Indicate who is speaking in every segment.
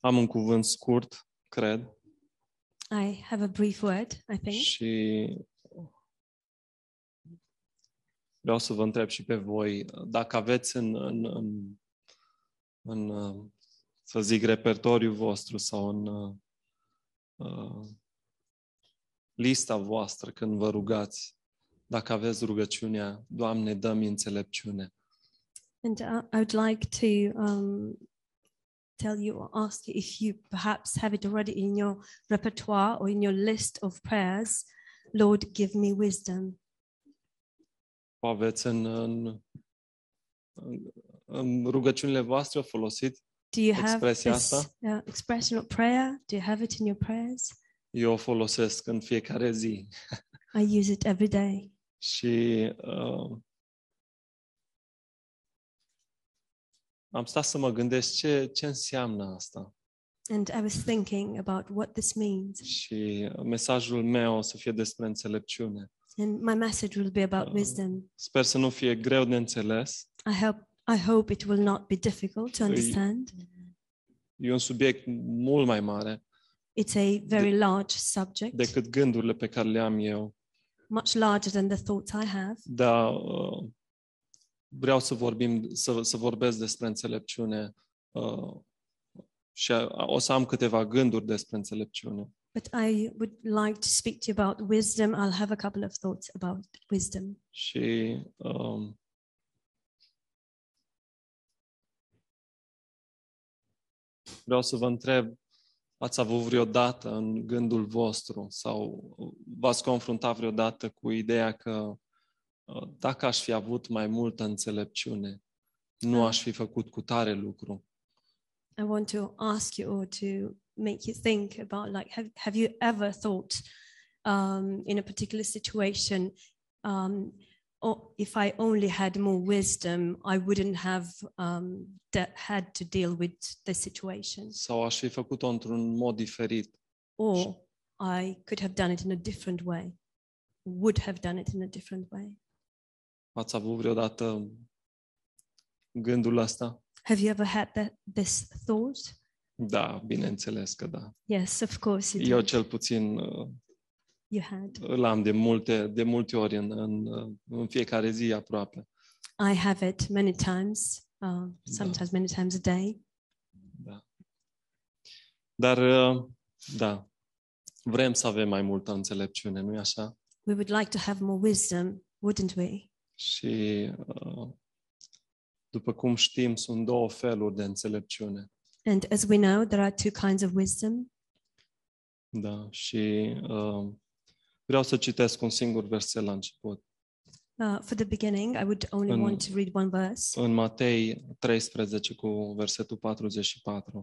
Speaker 1: Am un cuvânt scurt, cred,
Speaker 2: I have a brief word, I think.
Speaker 1: și vreau să vă întreb și pe voi dacă aveți în, în, în, în uh, să zic, repertoriul vostru sau în uh, uh, lista voastră când vă rugați, dacă aveți rugăciunea, Doamne, dă-mi înțelepciune.
Speaker 2: And uh, I would like to um, tell you or ask you if you perhaps have it already in your repertoire or in your list of prayers. Lord, give me wisdom.
Speaker 1: O aveți în, în, în, în rugăciunile voastre, o folosiți?
Speaker 2: Do you have
Speaker 1: Expresia
Speaker 2: this
Speaker 1: asta?
Speaker 2: uh, expression of prayer? Do you have it in your prayers?
Speaker 1: Eu o folosesc în fiecare zi.
Speaker 2: I use it every day.
Speaker 1: Și uh, am stat să mă gândesc ce, ce înseamnă asta.
Speaker 2: And I was thinking about what this means.
Speaker 1: Și mesajul meu o să fie despre înțelepciune.
Speaker 2: And my message will be about
Speaker 1: Uh,
Speaker 2: wisdom.
Speaker 1: Sper să nu fie greu de înțeles.
Speaker 2: I hope, I hope it will not be difficult to
Speaker 1: Îi-
Speaker 2: understand.
Speaker 1: E un subiect mult mai mare
Speaker 2: It's a very large subject,
Speaker 1: decât gândurile pe care le am eu.
Speaker 2: much larger than the thoughts I have.
Speaker 1: Dar uh, vreau să vorbim, să, să vorbesc despre înțelepciune uh, și uh, o să am câteva gânduri despre înțelepciune.
Speaker 2: But I would like to speak to you about wisdom. I'll have a couple of thoughts about wisdom.
Speaker 1: Și um, vreau să vă întreb, ați avut vreodată în gândul vostru sau v-ați confruntat vreodată cu ideea că uh, dacă aș fi avut mai multă înțelepciune, nu
Speaker 2: Da.
Speaker 1: aș fi făcut cu tare lucru.
Speaker 2: I want to ask you or to make you think about like, have, have you ever thought um, in a particular situation, um, oh, if I only had more wisdom, I wouldn't have um, de- had to deal with this situation,
Speaker 1: Sau aș fi făcut-o într-un mod diferit.
Speaker 2: or I could have done it in a different way, would have done it in a different way.
Speaker 1: Ați avut vreodată gândul ăsta?
Speaker 2: Have you ever had that this thought?
Speaker 1: Da, bineînțeles că da.
Speaker 2: Yes, of course you
Speaker 1: Eu
Speaker 2: did.
Speaker 1: cel puțin uh,
Speaker 2: You had.
Speaker 1: îl am de multe, de multe ori în, în, în fiecare zi aproape.
Speaker 2: I have it many times, uh, sometimes many times a day.
Speaker 1: Da. Dar, uh, da, vrem să avem mai multă înțelepciune, nu-i așa?
Speaker 2: We would like to have more wisdom, wouldn't we?
Speaker 1: Și, uh, după cum știm, sunt două feluri de înțelepciune.
Speaker 2: And as we know, there are two kinds of wisdom.
Speaker 1: Da, și uh, vreau să citesc un singur verset la început.
Speaker 2: Uh, for the beginning, I would only
Speaker 1: În-
Speaker 2: want to read one verse
Speaker 1: În Matei 13 cu versetul 44.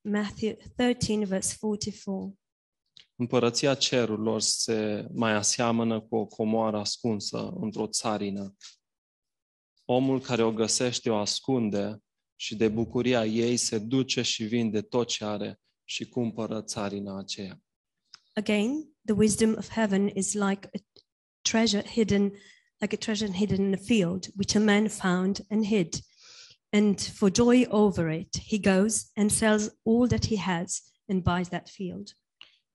Speaker 2: Matthew 13, verse 44.
Speaker 1: Împărăția cerurilor se mai aseamănă cu o comoară ascunsă într-o țarină. Omul care o găsește o ascunde și de bucuria ei se duce și vinde tot ce are și cumpără țarina aceea.
Speaker 2: Again, the wisdom of heaven is like a treasure hidden, like a treasure hidden in a field, which a man found and hid. And for joy over it, he goes and sells all that he has and buys that field.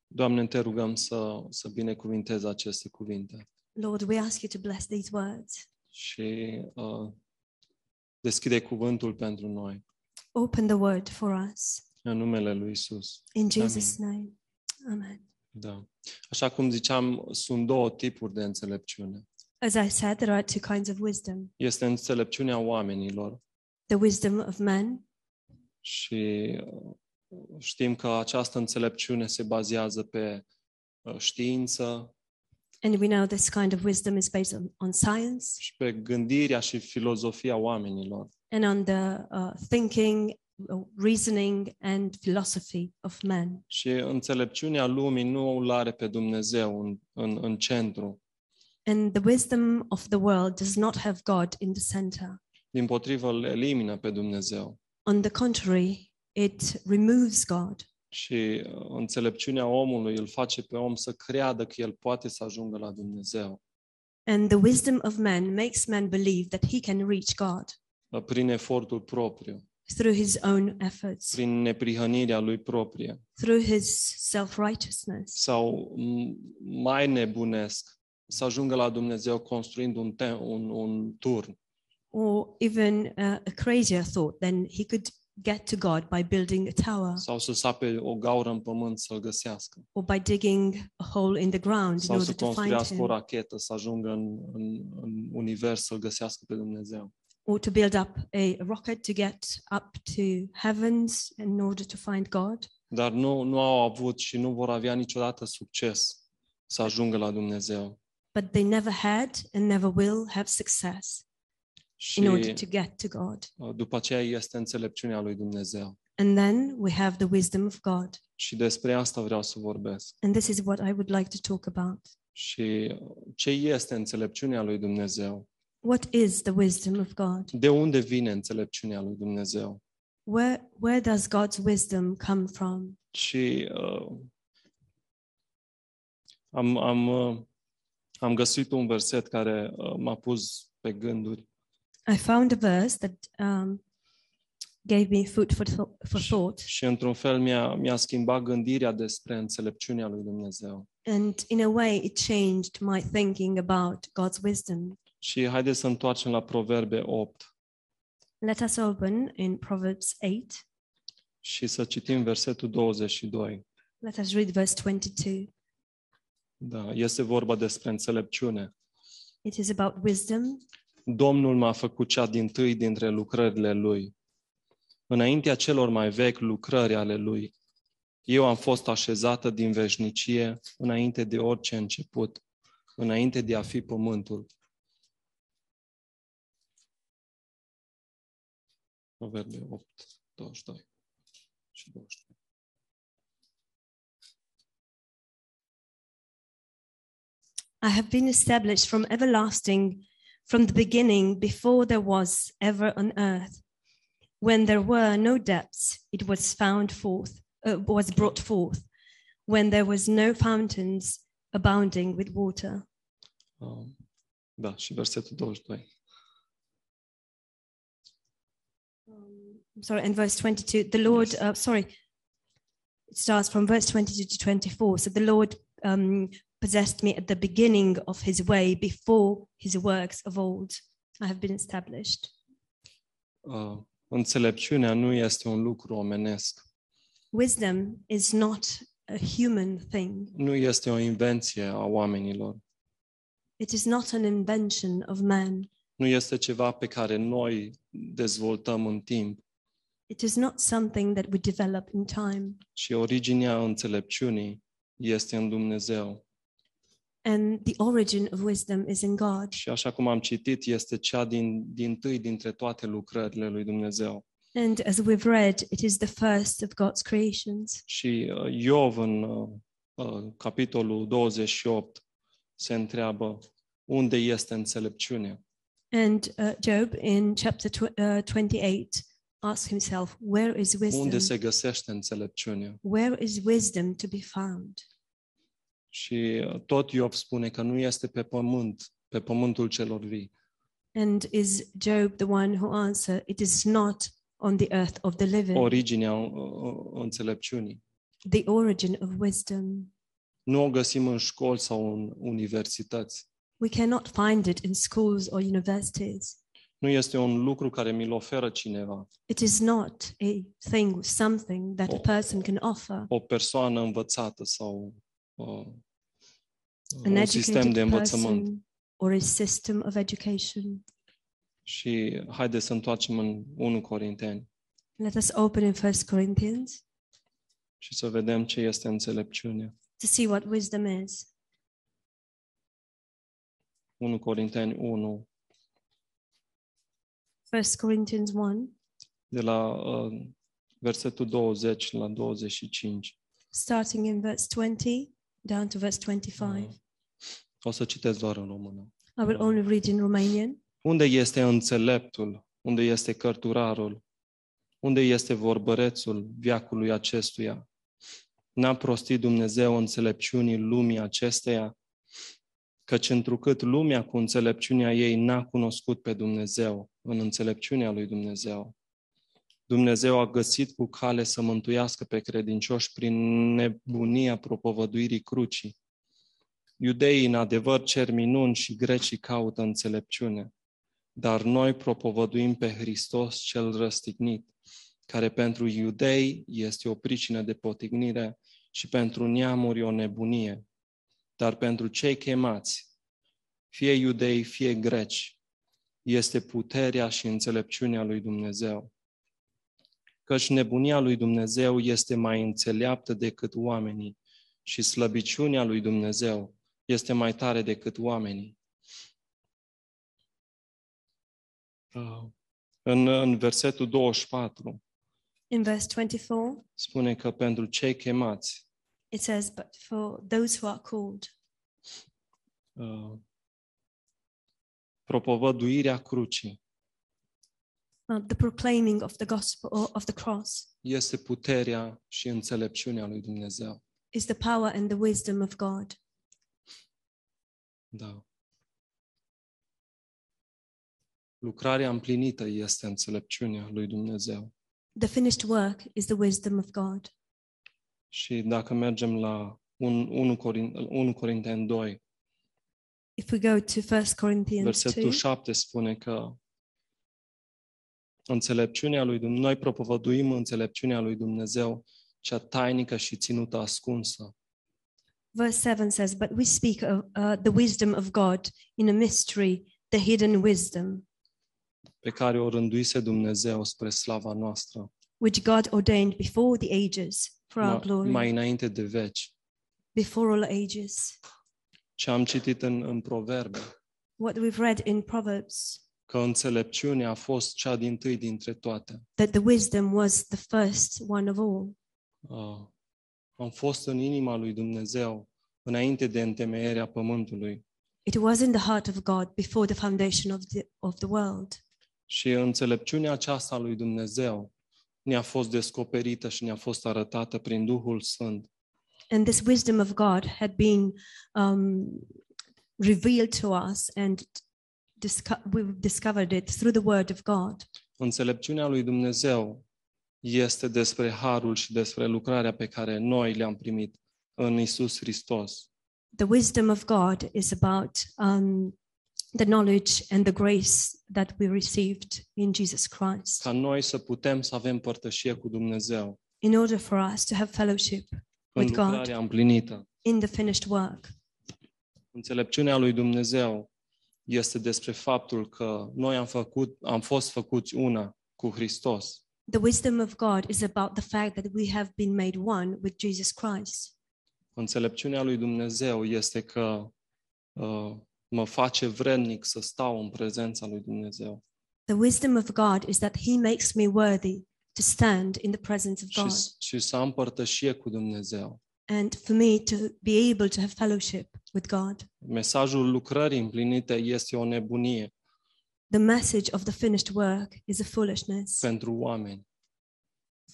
Speaker 1: Doamne, te rugăm să, să binecuvintezi aceste cuvinte
Speaker 2: Lord, we ask you to bless these words.
Speaker 1: și uh, deschide cuvântul pentru noi.
Speaker 2: Open the word for us.
Speaker 1: În numele lui Isus.
Speaker 2: In Jesus' name. Amen.
Speaker 1: Da. Așa cum ziceam, sunt două tipuri de înțelepciune.
Speaker 2: As I said, there are two kinds of wisdom
Speaker 1: Este înțelepciunea oamenilor
Speaker 2: the wisdom of men.
Speaker 1: Și uh, știm că această înțelepciune se bazează pe uh, știință
Speaker 2: And we know this kind of wisdom is based on, on science
Speaker 1: și pe gândirea și filozofia oamenilor.
Speaker 2: and on the uh, thinking, uh, reasoning, and philosophy of men.
Speaker 1: Și înțelepciunea lumii nu îl are pe Dumnezeu în, în, în centru.
Speaker 2: And the wisdom of the world does not have God in the center.
Speaker 1: Din potrivă, îl elimină pe Dumnezeu.
Speaker 2: On the contrary, it removes God.
Speaker 1: Și uh, înțelepciunea omului îl face pe om să creadă că el poate să ajungă la Dumnezeu
Speaker 2: And the wisdom of man makes man believe that he can reach God
Speaker 1: uh, prin efortul propriu.
Speaker 2: through his own efforts,
Speaker 1: prin neprihănirea lui proprie
Speaker 2: through his self righteousness.
Speaker 1: sau m- mai nebunesc să ajungă la Dumnezeu construind un, te- un, un turn
Speaker 2: Or even uh, a crazier thought, then he could get to God by building a tower
Speaker 1: sau să sape o gaură în pământ să-l găsească
Speaker 2: or by digging a hole in the ground in
Speaker 1: sau
Speaker 2: order
Speaker 1: să
Speaker 2: to find
Speaker 1: construiască o
Speaker 2: him
Speaker 1: rachetă să ajungă în, în, în univers să-l găsească pe Dumnezeu.
Speaker 2: or to build up a rocket to get up to heavens in order to find God.
Speaker 1: Dar nu, nu au avut și nu vor avea niciodată succes să ajungă la Dumnezeu.
Speaker 2: But they never had and never will have success in order
Speaker 1: Și
Speaker 2: to get to God.
Speaker 1: uh, după aceea este înțelepciunea lui Dumnezeu.
Speaker 2: And then we have the wisdom of God.
Speaker 1: Și despre asta vreau să vorbesc.
Speaker 2: And this is what I would like to talk about.
Speaker 1: Și ce este înțelepciunea lui Dumnezeu?
Speaker 2: What is the wisdom of God?
Speaker 1: De unde vine înțelepciunea lui Dumnezeu?
Speaker 2: Where, where does God's wisdom come from?
Speaker 1: Și uh, am, am, uh, am găsit un verset care uh, m-a pus pe gânduri
Speaker 2: I found a verse that um, gave me food for, tho- for thought.
Speaker 1: și într-un fel mi-a, mi-a schimbat gândirea despre înțelepciunea lui Dumnezeu.
Speaker 2: And in a way, it changed my thinking about God's wisdom.
Speaker 1: Și haideți să întoarcem la Proverbe 8
Speaker 2: Let us open in Proverbs 8.
Speaker 1: și să citim versetul 22.
Speaker 2: Let us read verse 22.
Speaker 1: Da, este vorba despre înțelepciune.
Speaker 2: It is about wisdom.
Speaker 1: Domnul m-a făcut cea din tâi dintre lucrările Lui. Înaintea celor mai vechi lucrări ale Lui, eu am fost așezată din veșnicie, înainte de orice început, înainte de a fi pământul. Proverbe 8, 22 și 23.
Speaker 2: I have been established from everlasting, from the beginning, before there was ever on earth. When there were no depths, it was found forth, uh, was brought forth. When there was no fountains abounding with water.
Speaker 1: Um, Da, și versetul 22.
Speaker 2: I'm Um, sorry, and verse 22, the Lord,
Speaker 1: Yes.
Speaker 2: uh, sorry, it starts from verse 22 to 24. So the Lord um, possessed me at the beginning of his way, before his works of old. I have been established.
Speaker 1: Uh, Înțelepciunea nu este un lucru omenesc,
Speaker 2: Wisdom is not a human thing.
Speaker 1: nu este o invenție a oamenilor.
Speaker 2: It is not an invention of man.
Speaker 1: nu este ceva pe care noi dezvoltăm în timp,
Speaker 2: It is not something that we develop in time.
Speaker 1: ci originea înțelepciunii este în Dumnezeu.
Speaker 2: And the origin of wisdom is in God.
Speaker 1: Și așa cum am citit, este cea din, din tâi dintre toate lucrările lui Dumnezeu.
Speaker 2: And as we've read, it is the first of God's creations.
Speaker 1: Și uh, Iov, în uh, uh, capitolul 28, se întreabă unde este înțelepciunea.
Speaker 2: And uh, Job in chapter tw- uh, 28 asks himself, Where is
Speaker 1: Unde
Speaker 2: wisdom?
Speaker 1: se găsește înțelepciunea?
Speaker 2: Where is wisdom to be found?
Speaker 1: Și uh, tot Iov spune că nu este pe pământ, pe pământul celor vii,
Speaker 2: And is Job the one who answers, It is not on the earth of the living,
Speaker 1: originea uh, înțelepciunii.
Speaker 2: the origin of wisdom.
Speaker 1: nu o găsim în școli sau în universități.
Speaker 2: We cannot find it in schools or universities.
Speaker 1: Nu este un lucru care mi-l oferă cineva,
Speaker 2: It is not a thing or something that a
Speaker 1: Oh.
Speaker 2: person can offer.
Speaker 1: o persoană învățată sau uh,
Speaker 2: An
Speaker 1: un sistem de
Speaker 2: educated
Speaker 1: învățământ.
Speaker 2: person or a system of education.
Speaker 1: Și haideți să întoarcem în 1 Corinteni
Speaker 2: Let us open in First Corinthians
Speaker 1: și să vedem ce este înțelepciunea.
Speaker 2: to see what wisdom is.
Speaker 1: 1 Corinteni 1,
Speaker 2: First Corinthians 1,
Speaker 1: de la uh, versetul 20 la 25.
Speaker 2: starting in verse 20 down to verse 25.
Speaker 1: Uh, O să citesc doar în română.
Speaker 2: I will only read in Romanian.
Speaker 1: Unde este înțeleptul? Unde este cărturarul? Unde este vorbărețul viacului acestuia? N-a prostit Dumnezeu înțelepciunii lumii acesteia? Căci întrucât lumea cu înțelepciunea ei n-a cunoscut pe Dumnezeu, în înțelepciunea lui Dumnezeu. Dumnezeu a găsit cu cale să mântuiască pe credincioși prin nebunia propovăduirii crucii. Iudeii, în adevăr, cer minuni și grecii caută înțelepciune. Dar noi propovăduim pe Hristos cel răstignit, care pentru iudei este o pricină de potignire și pentru neamuri o nebunie. Dar pentru cei chemați, fie iudei, fie greci, este puterea și înțelepciunea lui Dumnezeu. Căci nebunia lui Dumnezeu este mai înțeleaptă decât oamenii și slăbiciunea lui Dumnezeu este mai tare decât oamenii. Uh, În, în versetul 24
Speaker 2: In verse 24,
Speaker 1: spune că pentru cei chemați,
Speaker 2: it says, But for those who are called,
Speaker 1: uh, propovăduirea crucii
Speaker 2: uh, the proclaiming of the gospel or of the cross
Speaker 1: este puterea și înțelepciunea lui Dumnezeu.
Speaker 2: is the power and the wisdom of God.
Speaker 1: Da. Lucrarea împlinită este înțelepciunea lui Dumnezeu.
Speaker 2: The finished work is the wisdom of God.
Speaker 1: Și dacă mergem la 1 Corinteni, 1 Corinteni 2,
Speaker 2: If we go to 1 Corinthians
Speaker 1: versetul
Speaker 2: 2,
Speaker 1: 7 spune că înțelepciunea lui Dumnezeu, noi propovăduim înțelepciunea lui Dumnezeu, cea tainică și ținută ascunsă.
Speaker 2: verse 7 says, But we speak of uh, the wisdom of God in a mystery, the hidden wisdom,
Speaker 1: pe care o rânduise Dumnezeu spre slava noastră,
Speaker 2: which God ordained before the ages for our
Speaker 1: mai,
Speaker 2: glory,
Speaker 1: mai înainte de veci.
Speaker 2: before all ages.
Speaker 1: Ce am citit în, în proverbe,
Speaker 2: What we've read in Proverbs,
Speaker 1: că înțelepciunea a fost cea din tâi dintre toate.
Speaker 2: that the wisdom was the first one of all.
Speaker 1: Uh, am fost în inima lui Dumnezeu înainte de întemeierea pământului
Speaker 2: It was in the heart of God before the foundation of the, of the world.
Speaker 1: și înțelepciunea aceasta a lui Dumnezeu ne-a fost descoperită și ne-a fost arătată prin Duhul Sfânt.
Speaker 2: And this wisdom of God had been um, revealed to us, and disco- we've discovered it through the word of God.
Speaker 1: Înțelepciunea lui Dumnezeu este despre harul și despre lucrarea pe care noi le-am primit în Isus Hristos.
Speaker 2: The wisdom of God is about um, the knowledge and the grace that we received in Jesus Christ
Speaker 1: Ca noi să putem să avem părtășie cu Dumnezeu
Speaker 2: in order for us to have fellowship
Speaker 1: în
Speaker 2: With God.
Speaker 1: lucrarea împlinită.
Speaker 2: in the finished work.
Speaker 1: Înțelepciunea lui Dumnezeu este despre faptul că noi am, făcut, am fost făcuți una cu Hristos
Speaker 2: The wisdom of God is about the fact that we have been made one with Jesus Christ.
Speaker 1: înțelepciunea lui Dumnezeu este că uh, mă face vrednic să stau în prezența lui Dumnezeu
Speaker 2: The wisdom of God is that He makes me worthy to stand in the presence of
Speaker 1: și,
Speaker 2: God.
Speaker 1: și să am părtășie cu Dumnezeu.
Speaker 2: and for me to be able to have fellowship with God.
Speaker 1: Mesajul lucrării împlinite este o nebunie
Speaker 2: The message of the finished work is a foolishness
Speaker 1: pentru oameni,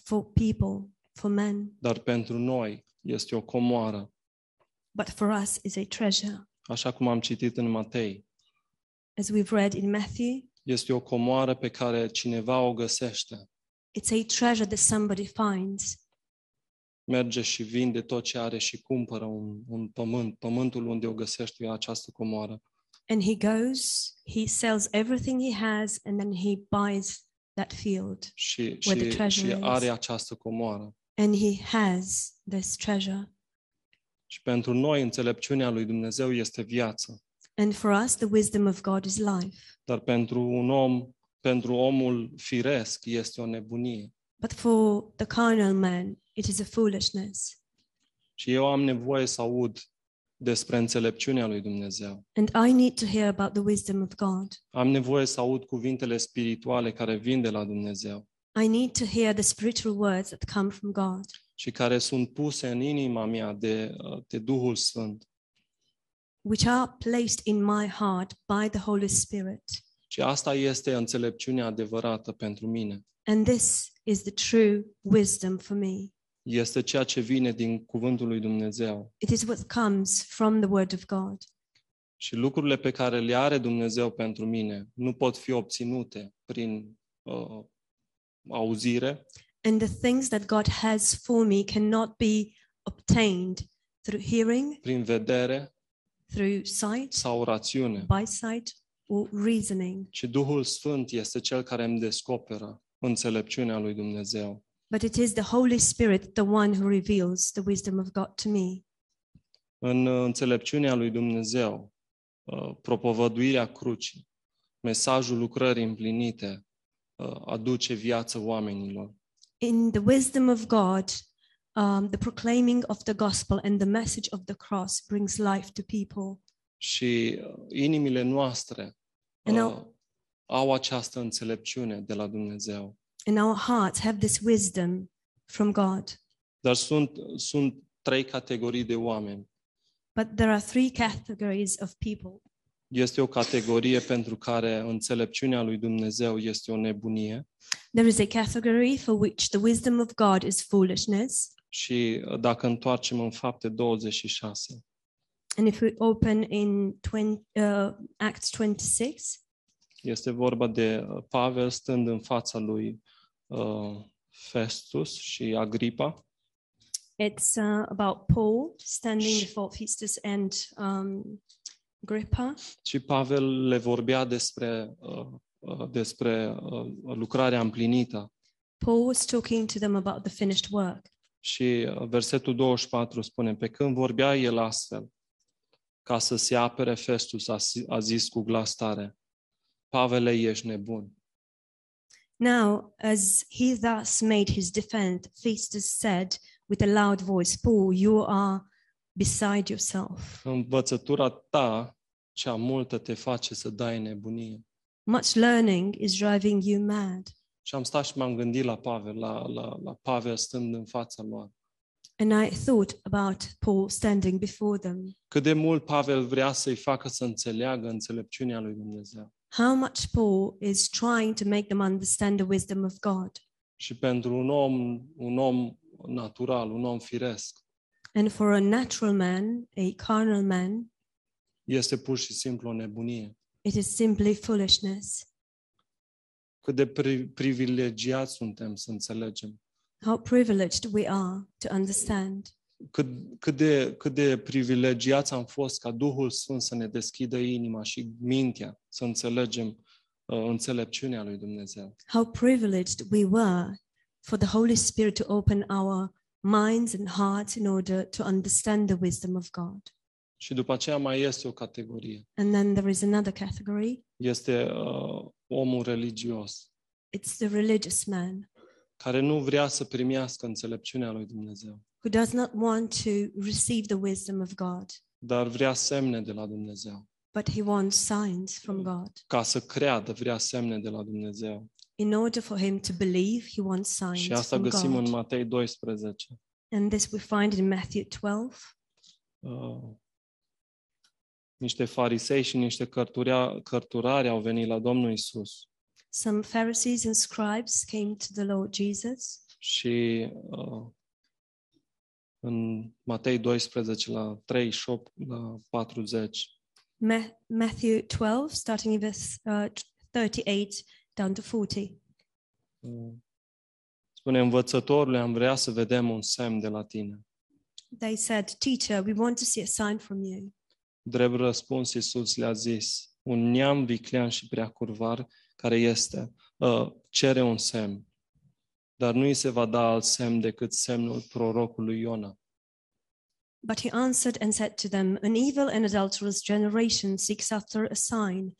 Speaker 2: for people, for men,
Speaker 1: dar pentru noi este o comoară,
Speaker 2: but for us is a treasure.
Speaker 1: așa cum am citit în Matei.
Speaker 2: As we've read in Matthew,
Speaker 1: Este o comoară pe care cineva o găsește.
Speaker 2: it's a treasure that somebody finds.
Speaker 1: merge și vinde tot ce are și cumpără un, un pământ, pământul unde o găsești această comoară.
Speaker 2: And he goes, he sells everything he has, and then he buys that field.
Speaker 1: Și,
Speaker 2: Where the
Speaker 1: și,
Speaker 2: treasure
Speaker 1: și
Speaker 2: is.
Speaker 1: are această comoară.
Speaker 2: And he has this treasure.
Speaker 1: Și pentru noi înțelepciunea lui Dumnezeu este viață,
Speaker 2: And for us, the wisdom of God is life.
Speaker 1: dar pentru un om, pentru omul firesc este o nebunie.
Speaker 2: But for the carnal man, it is a foolishness.
Speaker 1: Și eu am nevoie să aud despre înțelepciunea lui Dumnezeu.
Speaker 2: And I need to hear about the wisdom of God.
Speaker 1: Am nevoie să aud cuvintele spirituale care vin de la Dumnezeu
Speaker 2: I need to hear the spiritual words that come from God
Speaker 1: și care sunt puse în inima mea de, de Duhul Sfânt.
Speaker 2: which are placed in my heart by the Holy Spirit.
Speaker 1: Și asta este înțelepciunea adevărată pentru mine.
Speaker 2: And this is the true wisdom for me.
Speaker 1: Este ceea ce vine din cuvântul lui Dumnezeu.
Speaker 2: It is what comes from the Word of God.
Speaker 1: Și lucrurile pe care le are Dumnezeu pentru mine nu pot fi obținute prin uh, auzire
Speaker 2: And the things that God has for me cannot be obtained through hearing,
Speaker 1: prin vedere
Speaker 2: through sight,
Speaker 1: sau rațiune,
Speaker 2: by sight, or reasoning.
Speaker 1: ci Duhul Sfânt este cel care îmi descoperă înțelepciunea lui Dumnezeu.
Speaker 2: But it is the Holy Spirit, the one who reveals the wisdom of God to me.
Speaker 1: În uh, înțelepciunea lui Dumnezeu, uh, propovăduirea crucii, mesajul lucrării împlinite uh, aduce viață oamenilor.
Speaker 2: In the wisdom of God, um, the proclaiming of the gospel and the message of the cross brings life to people.
Speaker 1: Și uh, inimile noastre
Speaker 2: And
Speaker 1: uh,
Speaker 2: now-
Speaker 1: au această înțelepciune de la Dumnezeu.
Speaker 2: And our hearts have this wisdom from God.
Speaker 1: Dar sunt, sunt trei categorii de oameni.
Speaker 2: But there are three categories of people.
Speaker 1: Este o categorie pentru care înțelepciunea lui Dumnezeu este o nebunie
Speaker 2: There is a category for which the wisdom of God is foolishness.
Speaker 1: și uh, dacă întoarcem în fapte 26,
Speaker 2: And if we open in 20, uh, Acts 26,
Speaker 1: este vorba de uh, Pavel stând în fața lui uh, Festus și Agripa
Speaker 2: it's uh, about Paul standing
Speaker 1: Sh-
Speaker 2: before Festus and um, Agrippa.
Speaker 1: și Pavel le vorbea despre, uh, uh, despre uh, lucrarea împlinită
Speaker 2: Paul was talking to them about the finished work.
Speaker 1: Și uh, versetul 24 spune, pe când vorbea el astfel, ca să se apere Festus, a si- a zis cu glas tare, Pavele, ești nebun.
Speaker 2: Now, as he thus made his defense, Festus said with a loud voice, Paul, you are beside yourself.
Speaker 1: Învățătura ta, cea multă, te face să dai în nebunie.
Speaker 2: Much learning is driving you mad.
Speaker 1: Și am stat și m-am gândit la Pavel, la, la, la Pavel stând în fața lor.
Speaker 2: And I thought about Paul standing before them.
Speaker 1: Cât de mult Pavel vrea să-i facă să înțeleagă înțelepciunea lui Dumnezeu.
Speaker 2: How much Paul is trying to make them understand the wisdom of God.
Speaker 1: Și pentru un om, un om natural, un om firesc,
Speaker 2: And for a natural man, a carnal man,
Speaker 1: este pur și simplu o nebunie.
Speaker 2: it is simply foolishness.
Speaker 1: cât de pri- privilegiați suntem să înțelegem,
Speaker 2: How privileged we are to understand.
Speaker 1: cât, cât, de, cât de privilegiați am fost ca Duhul Sfânt să ne deschidă inima și mintea să înțelegem uh, înțelepciunea lui Dumnezeu.
Speaker 2: How privileged we were for the Holy Spirit to open our minds and hearts in order to understand the wisdom of God.
Speaker 1: Și după aceea mai este o categorie.
Speaker 2: And then there is another category
Speaker 1: Este uh, omul religios
Speaker 2: it's the religious man
Speaker 1: care nu vrea să primească înțelepciunea lui Dumnezeu,
Speaker 2: who does not want to receive the wisdom of God,
Speaker 1: dar vrea semne de la Dumnezeu.
Speaker 2: but he wants signs
Speaker 1: Hmm.
Speaker 2: from God.
Speaker 1: Ca să creadă, vrea semne de la Dumnezeu.
Speaker 2: In order for him to believe, he wants signs
Speaker 1: Și asta
Speaker 2: from
Speaker 1: găsim în
Speaker 2: God.
Speaker 1: Matei 12.
Speaker 2: And this we find in Matthew 12.
Speaker 1: uh, niște farisei și niște cărturea, cărturari au venit la Domnul Isus
Speaker 2: Some Pharisees and scribes came to the Lord Jesus.
Speaker 1: și uh, în Matei 12 la 38 la 40
Speaker 2: Ma- Matthew 12, starting in verse uh, 38 down to 40.
Speaker 1: uh, spune învățătorule am vrea să vedem un semn de la tine.
Speaker 2: They said, Teacher, we want to see a sign from you.
Speaker 1: Drept răspuns Isus le-a zis un neam viclean și prea curvar care este uh, cere un semn dar nu îi se va da alt semn decât semnul prorocului Iona.
Speaker 2: But he answered and said to them, An evil and adulterous generation seeks after a sign,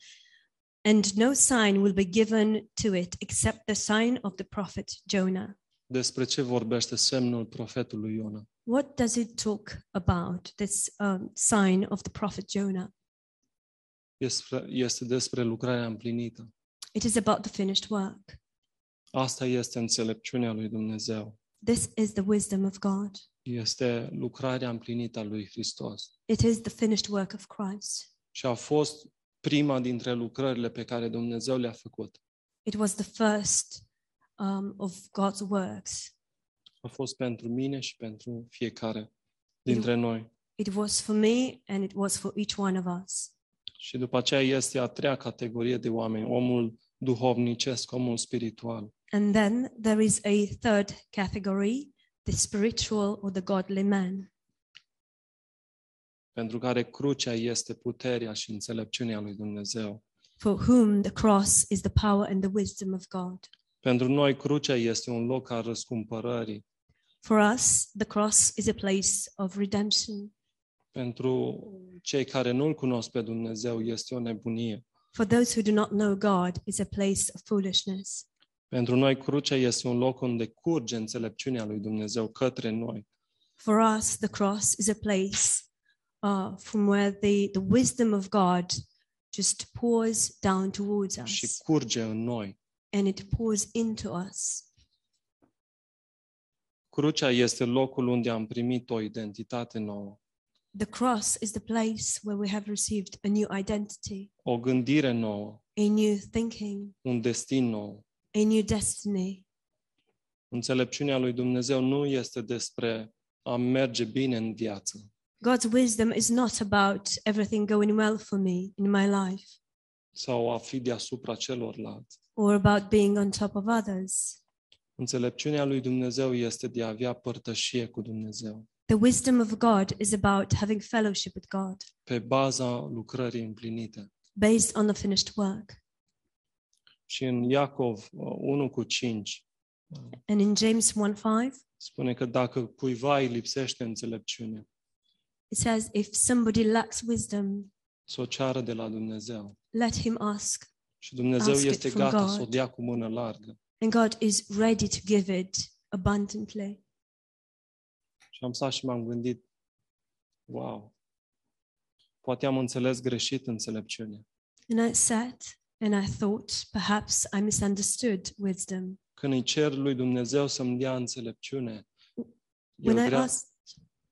Speaker 2: and no sign will be given to it except the sign of the prophet Jonah.
Speaker 1: despre ce vorbește semnul profetului Iona.
Speaker 2: What does it talk about, this um, sign of the prophet Jonah?
Speaker 1: Este, este despre lucrarea împlinită.
Speaker 2: It is about the finished work.
Speaker 1: Asta este înțelepciunea lui Dumnezeu.
Speaker 2: This is the wisdom of God.
Speaker 1: Este lucrarea împlinită a lui Hristos.
Speaker 2: It is the finished work of Christ.
Speaker 1: Și a fost prima dintre lucrările pe care Dumnezeu le-a făcut.
Speaker 2: It was the first um, of God's works.
Speaker 1: A fost pentru mine și pentru fiecare dintre noi.
Speaker 2: It was for me and it was for each one of us.
Speaker 1: Și după aceea este a treia categorie de oameni, omul duhovnicesc, omul spiritual.
Speaker 2: And then there is a third category, the spiritual or the godly man.
Speaker 1: pentru care crucea este puterea și înțelepciunea lui Dumnezeu.
Speaker 2: for whom the cross is the power and the wisdom of God.
Speaker 1: Pentru noi, crucea este un loc al răscumpărării.
Speaker 2: For us, the cross is a place of redemption.
Speaker 1: Pentru cei care nu-L cunosc pe Dumnezeu, este o nebunie.
Speaker 2: For those who do not know God, it's a place of foolishness.
Speaker 1: Pentru noi, crucea este un loc unde curge înțelepciunea lui Dumnezeu către noi.
Speaker 2: For us, the cross is a place uh, from where the, the wisdom of God just pours down towards
Speaker 1: și
Speaker 2: us
Speaker 1: curge în noi.
Speaker 2: and it pours into us.
Speaker 1: Crucea este locul unde am primit o identitate nouă,
Speaker 2: The cross is the place where we have received a new identity,
Speaker 1: o gândire nouă,
Speaker 2: a new thinking,
Speaker 1: un destin nou.
Speaker 2: a new destiny.
Speaker 1: Înțelepciunea lui Dumnezeu nu este despre a merge bine în viață.
Speaker 2: God's wisdom is not about everything going well for me in my life
Speaker 1: sau a fi deasupra celorlalți.
Speaker 2: or about being on top of others.
Speaker 1: Înțelepciunea lui Dumnezeu este de a avea părtășie cu Dumnezeu
Speaker 2: The wisdom of God is about having fellowship with God
Speaker 1: pe baza lucrării împlinite.
Speaker 2: based on the finished work.
Speaker 1: Și în Iacov uh, 1 cu 5 uh,
Speaker 2: And in James 1 5,
Speaker 1: spune că dacă cuiva îi lipsește înțelepciune,
Speaker 2: it says, If somebody lacks wisdom,
Speaker 1: să o ceară de la Dumnezeu.
Speaker 2: let him ask,
Speaker 1: Și Dumnezeu
Speaker 2: Ask it
Speaker 1: este
Speaker 2: from
Speaker 1: gata
Speaker 2: God.
Speaker 1: să o dea cu mână largă.
Speaker 2: and God is ready to give it abundantly.
Speaker 1: Și am stat și m-am gândit, wow, poate am înțeles greșit înțelepciunea.
Speaker 2: And I sat and I thought, perhaps I misunderstood wisdom.
Speaker 1: Când îi cer lui Dumnezeu să-mi dea înțelepciune, el
Speaker 2: When I
Speaker 1: vrea,
Speaker 2: asked,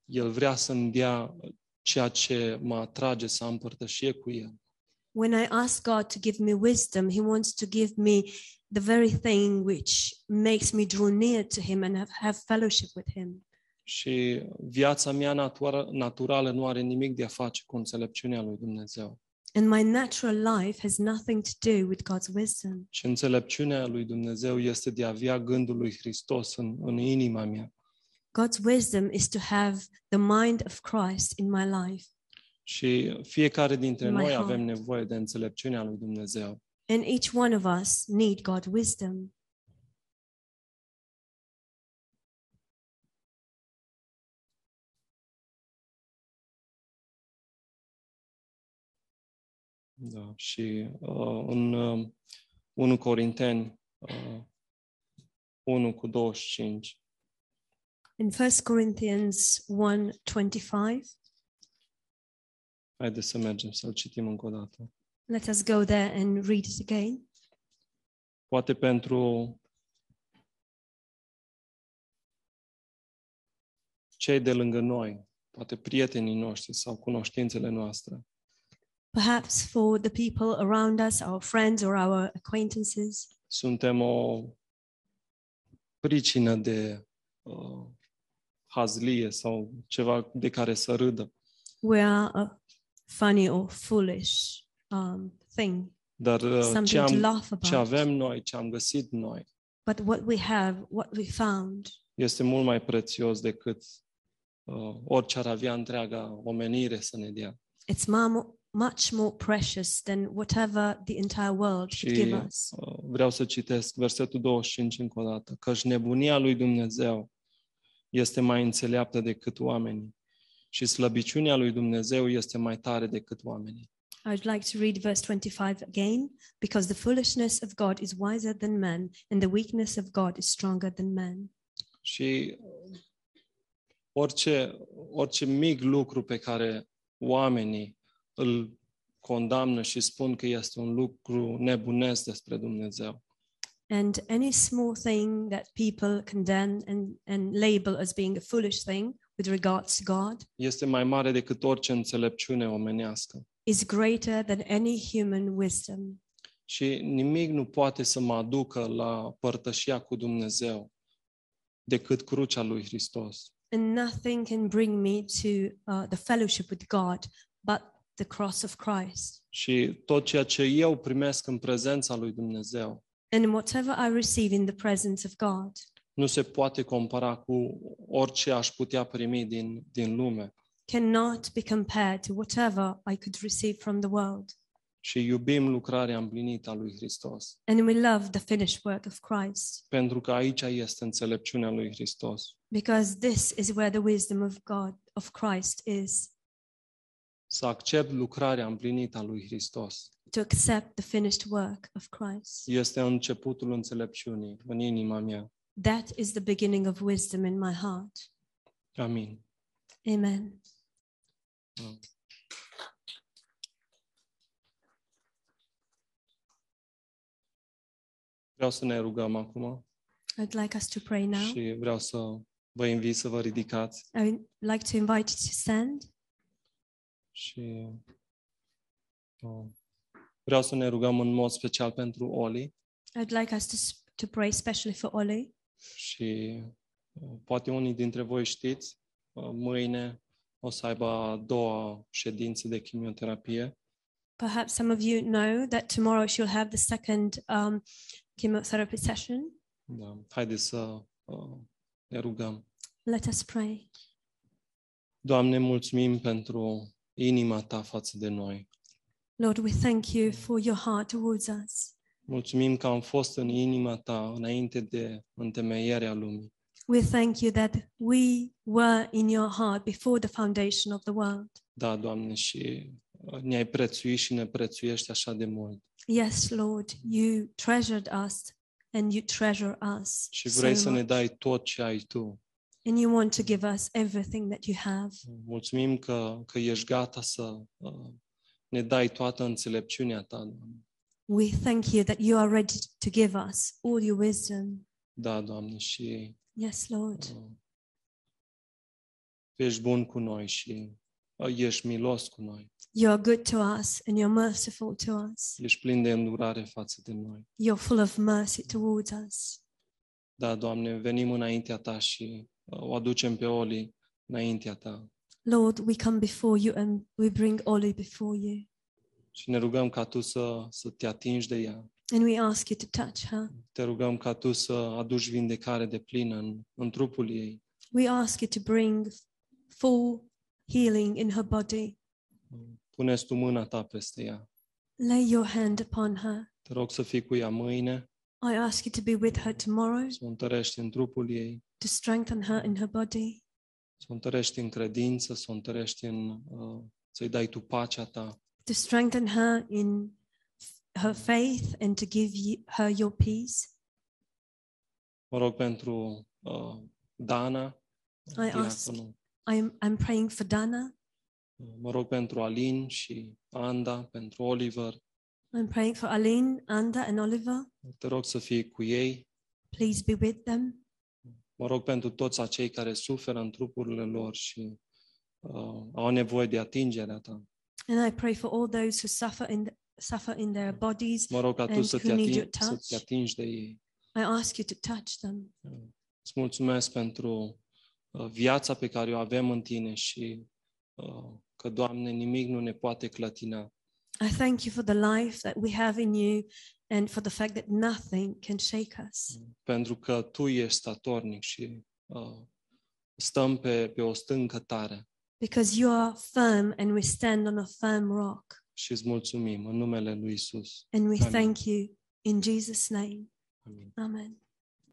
Speaker 1: El vrea să-mi dea ceea ce mă atrage să am părtășie cu El.
Speaker 2: When I ask God to give me wisdom, He wants to give me the very thing which makes me draw near to Him and have, have fellowship with Him.
Speaker 1: Și viața mea natura- naturală nu are nimic de a face cu înțelepciunea lui Dumnezeu.
Speaker 2: And my natural life has nothing to do with God's wisdom.
Speaker 1: Și înțelepciunea lui Dumnezeu este de a avea gândul lui Hristos în, în inima mea.
Speaker 2: God's wisdom is to have the mind of Christ in my life.
Speaker 1: Și fiecare dintre
Speaker 2: My
Speaker 1: noi
Speaker 2: heart.
Speaker 1: avem nevoie de înțelepciunea lui Dumnezeu.
Speaker 2: And each one of us need God's wisdom.
Speaker 1: Da. Și uh, în uh, 1 Corinteni uh, 1 cu 25
Speaker 2: In 1 Corinthians 1
Speaker 1: Haideți să mergem să-l citim încă o dată.
Speaker 2: let us go there and read it again.
Speaker 1: poate pentru cei de lângă noi, poate prietenii noștri sau cunoștințele noastre,
Speaker 2: Perhaps for the people around us, our friends or our acquaintances.
Speaker 1: suntem o pricină de uh, hazlie sau ceva de care să râdă,
Speaker 2: we are a funny or foolish um, thing,
Speaker 1: dar uh, ce,
Speaker 2: something to
Speaker 1: am,
Speaker 2: laugh
Speaker 1: ce
Speaker 2: about.
Speaker 1: avem noi, ce am găsit noi,
Speaker 2: But what we have, what we found,
Speaker 1: este mult mai prețios decât uh, orice ar avea întreaga omenire să ne dea.
Speaker 2: it's ma- mo- much more precious than whatever the entire world could give
Speaker 1: Și
Speaker 2: us.
Speaker 1: uh, vreau să citesc versetul 25 încă o dată. Căci nebunia lui Dumnezeu este mai înțeleaptă decât oamenii și slăbiciunea lui Dumnezeu este mai tare decât oamenii.
Speaker 2: I'd like to read verse 25 again, because the foolishness of God is wiser than man, and the weakness of God is stronger than man.
Speaker 1: Și orice, orice mic lucru pe care oamenii îl condamnă și spun că este un lucru nebunesc despre Dumnezeu,
Speaker 2: And any small thing that people condemn and, and label as being a foolish thing with regards to God
Speaker 1: este mai mare decât orice înțelepciune omenească.
Speaker 2: is greater than any human wisdom.
Speaker 1: Și nimic nu poate să mă aducă la părtășia cu Dumnezeu decât crucea lui Hristos.
Speaker 2: And nothing can bring me to uh, the fellowship with God but the cross of Christ.
Speaker 1: Și tot ceea ce eu primesc în prezența lui Dumnezeu
Speaker 2: and whatever I receive in the presence of God
Speaker 1: nu se poate compara cu orice aș putea primi din, din lume.
Speaker 2: cannot be compared to whatever I could receive from the world.
Speaker 1: Și iubim lucrarea împlinită a lui Hristos,
Speaker 2: And we love the finished work of Christ
Speaker 1: pentru că aici este înțelepciunea lui Hristos.
Speaker 2: because this is where the wisdom of God, of Christ, is
Speaker 1: Să accept lucrarea împlinită a lui Hristos
Speaker 2: to accept the finished work of Christ.
Speaker 1: este începutul înțelepciunii în inima mea.
Speaker 2: That is the beginning of wisdom in my heart.
Speaker 1: Amin.
Speaker 2: Amen.
Speaker 1: Vreau să ne rugăm acum
Speaker 2: I'd like us to pray now.
Speaker 1: și vreau să vă invit să vă ridicați
Speaker 2: I would like to invite you to stand.
Speaker 1: și uh, vreau să ne rugăm în mod special pentru Oli
Speaker 2: I'd like us to, s- to pray especially for Oli.
Speaker 1: și uh, poate unii dintre voi știți, uh, mâine o să aibă a doua ședință de chimioterapie
Speaker 2: Perhaps some of you know that tomorrow she'll have the second um, chemotherapy session.
Speaker 1: Da. Haideți să uh, ne rugăm.
Speaker 2: Let us pray.
Speaker 1: Doamne, mulțumim pentru inima Ta față de noi.
Speaker 2: Lord, we thank you for your heart towards us.
Speaker 1: Mulțumim că am fost în inima Ta înainte de întemeierea lumii.
Speaker 2: We thank you that we were in your heart before the foundation of the world.
Speaker 1: Da, Doamne, și uh, ne-ai prețuit și ne prețuiești așa de mult.
Speaker 2: Yes, Lord, you treasured us and you treasure us.
Speaker 1: Și
Speaker 2: So
Speaker 1: vrei să ne
Speaker 2: much.
Speaker 1: dai tot ce ai Tu.
Speaker 2: And you want to give us everything that you have.
Speaker 1: Mulțumim că, că ești gata să uh, ne dai toată înțelepciunea Ta, Doamne.
Speaker 2: We thank you that you are ready to give us all your wisdom.
Speaker 1: Da, Doamne, și
Speaker 2: Yes, Lord.
Speaker 1: uh, Tu ești bun cu noi și uh, ești milos cu noi.
Speaker 2: You are good to us and you're merciful to us.
Speaker 1: Ești plin de îndurare față de noi.
Speaker 2: You're full of mercy towards us.
Speaker 1: Da, Doamne, venim înaintea Ta și uh, o aducem pe Oli înaintea Ta.
Speaker 2: Lord, we come before you and we bring Oli before you.
Speaker 1: Și ne rugăm ca Tu să, să te atingi de ea.
Speaker 2: And we ask you to touch her.
Speaker 1: Te rugăm ca Tu să aduci vindecare de plină în, în trupul ei.
Speaker 2: We ask you to bring full healing in her body.
Speaker 1: Puneți Tu mâna Ta peste ea.
Speaker 2: Lay your hand upon her.
Speaker 1: Te rog să fii cu ea mâine,
Speaker 2: I ask you to be with her tomorrow,
Speaker 1: să o întărești în trupul ei,
Speaker 2: to strengthen her in her body,
Speaker 1: să o întărești în credință, să o întărești în... Uh, să-i dai Tu pacea Ta.
Speaker 2: to strengthen her in f- her faith, and to give ye- her your peace.
Speaker 1: Mă rog pentru uh, Dana,
Speaker 2: ask.
Speaker 1: diaconul. Uh,
Speaker 2: I'm, I'm praying for Dana.
Speaker 1: Mă rog pentru Alin și Anda, pentru Oliver.
Speaker 2: I'm praying for Aline, Anda, and Oliver.
Speaker 1: Te rog să fii cu ei.
Speaker 2: Please be with them.
Speaker 1: Mă rog pentru toți acei care suferă în trupurile lor și uh, au nevoie de atingerea ta.
Speaker 2: And I pray for all those who suffer in, th- suffer in their bodies.
Speaker 1: Mă rog ca tu
Speaker 2: And
Speaker 1: să
Speaker 2: who
Speaker 1: te,
Speaker 2: need
Speaker 1: atingi,
Speaker 2: your
Speaker 1: să
Speaker 2: touch.
Speaker 1: te atingi de ei.
Speaker 2: I ask you to touch them.
Speaker 1: Îți mulțumesc pentru uh, viața pe care o avem în tine și uh, că, Doamne, nimic nu ne poate clătina.
Speaker 2: I thank you for the life that we have in you and for the fact that nothing can shake us
Speaker 1: Pentru că tu ești statornic și uh, stăm pe, pe o stâncă tare.
Speaker 2: because you are firm and we stand on a firm rock.
Speaker 1: Și îți mulțumim în numele lui Isus.
Speaker 2: And we
Speaker 1: Amen.
Speaker 2: thank you in Jesus' name.
Speaker 1: Amin.
Speaker 2: Amen.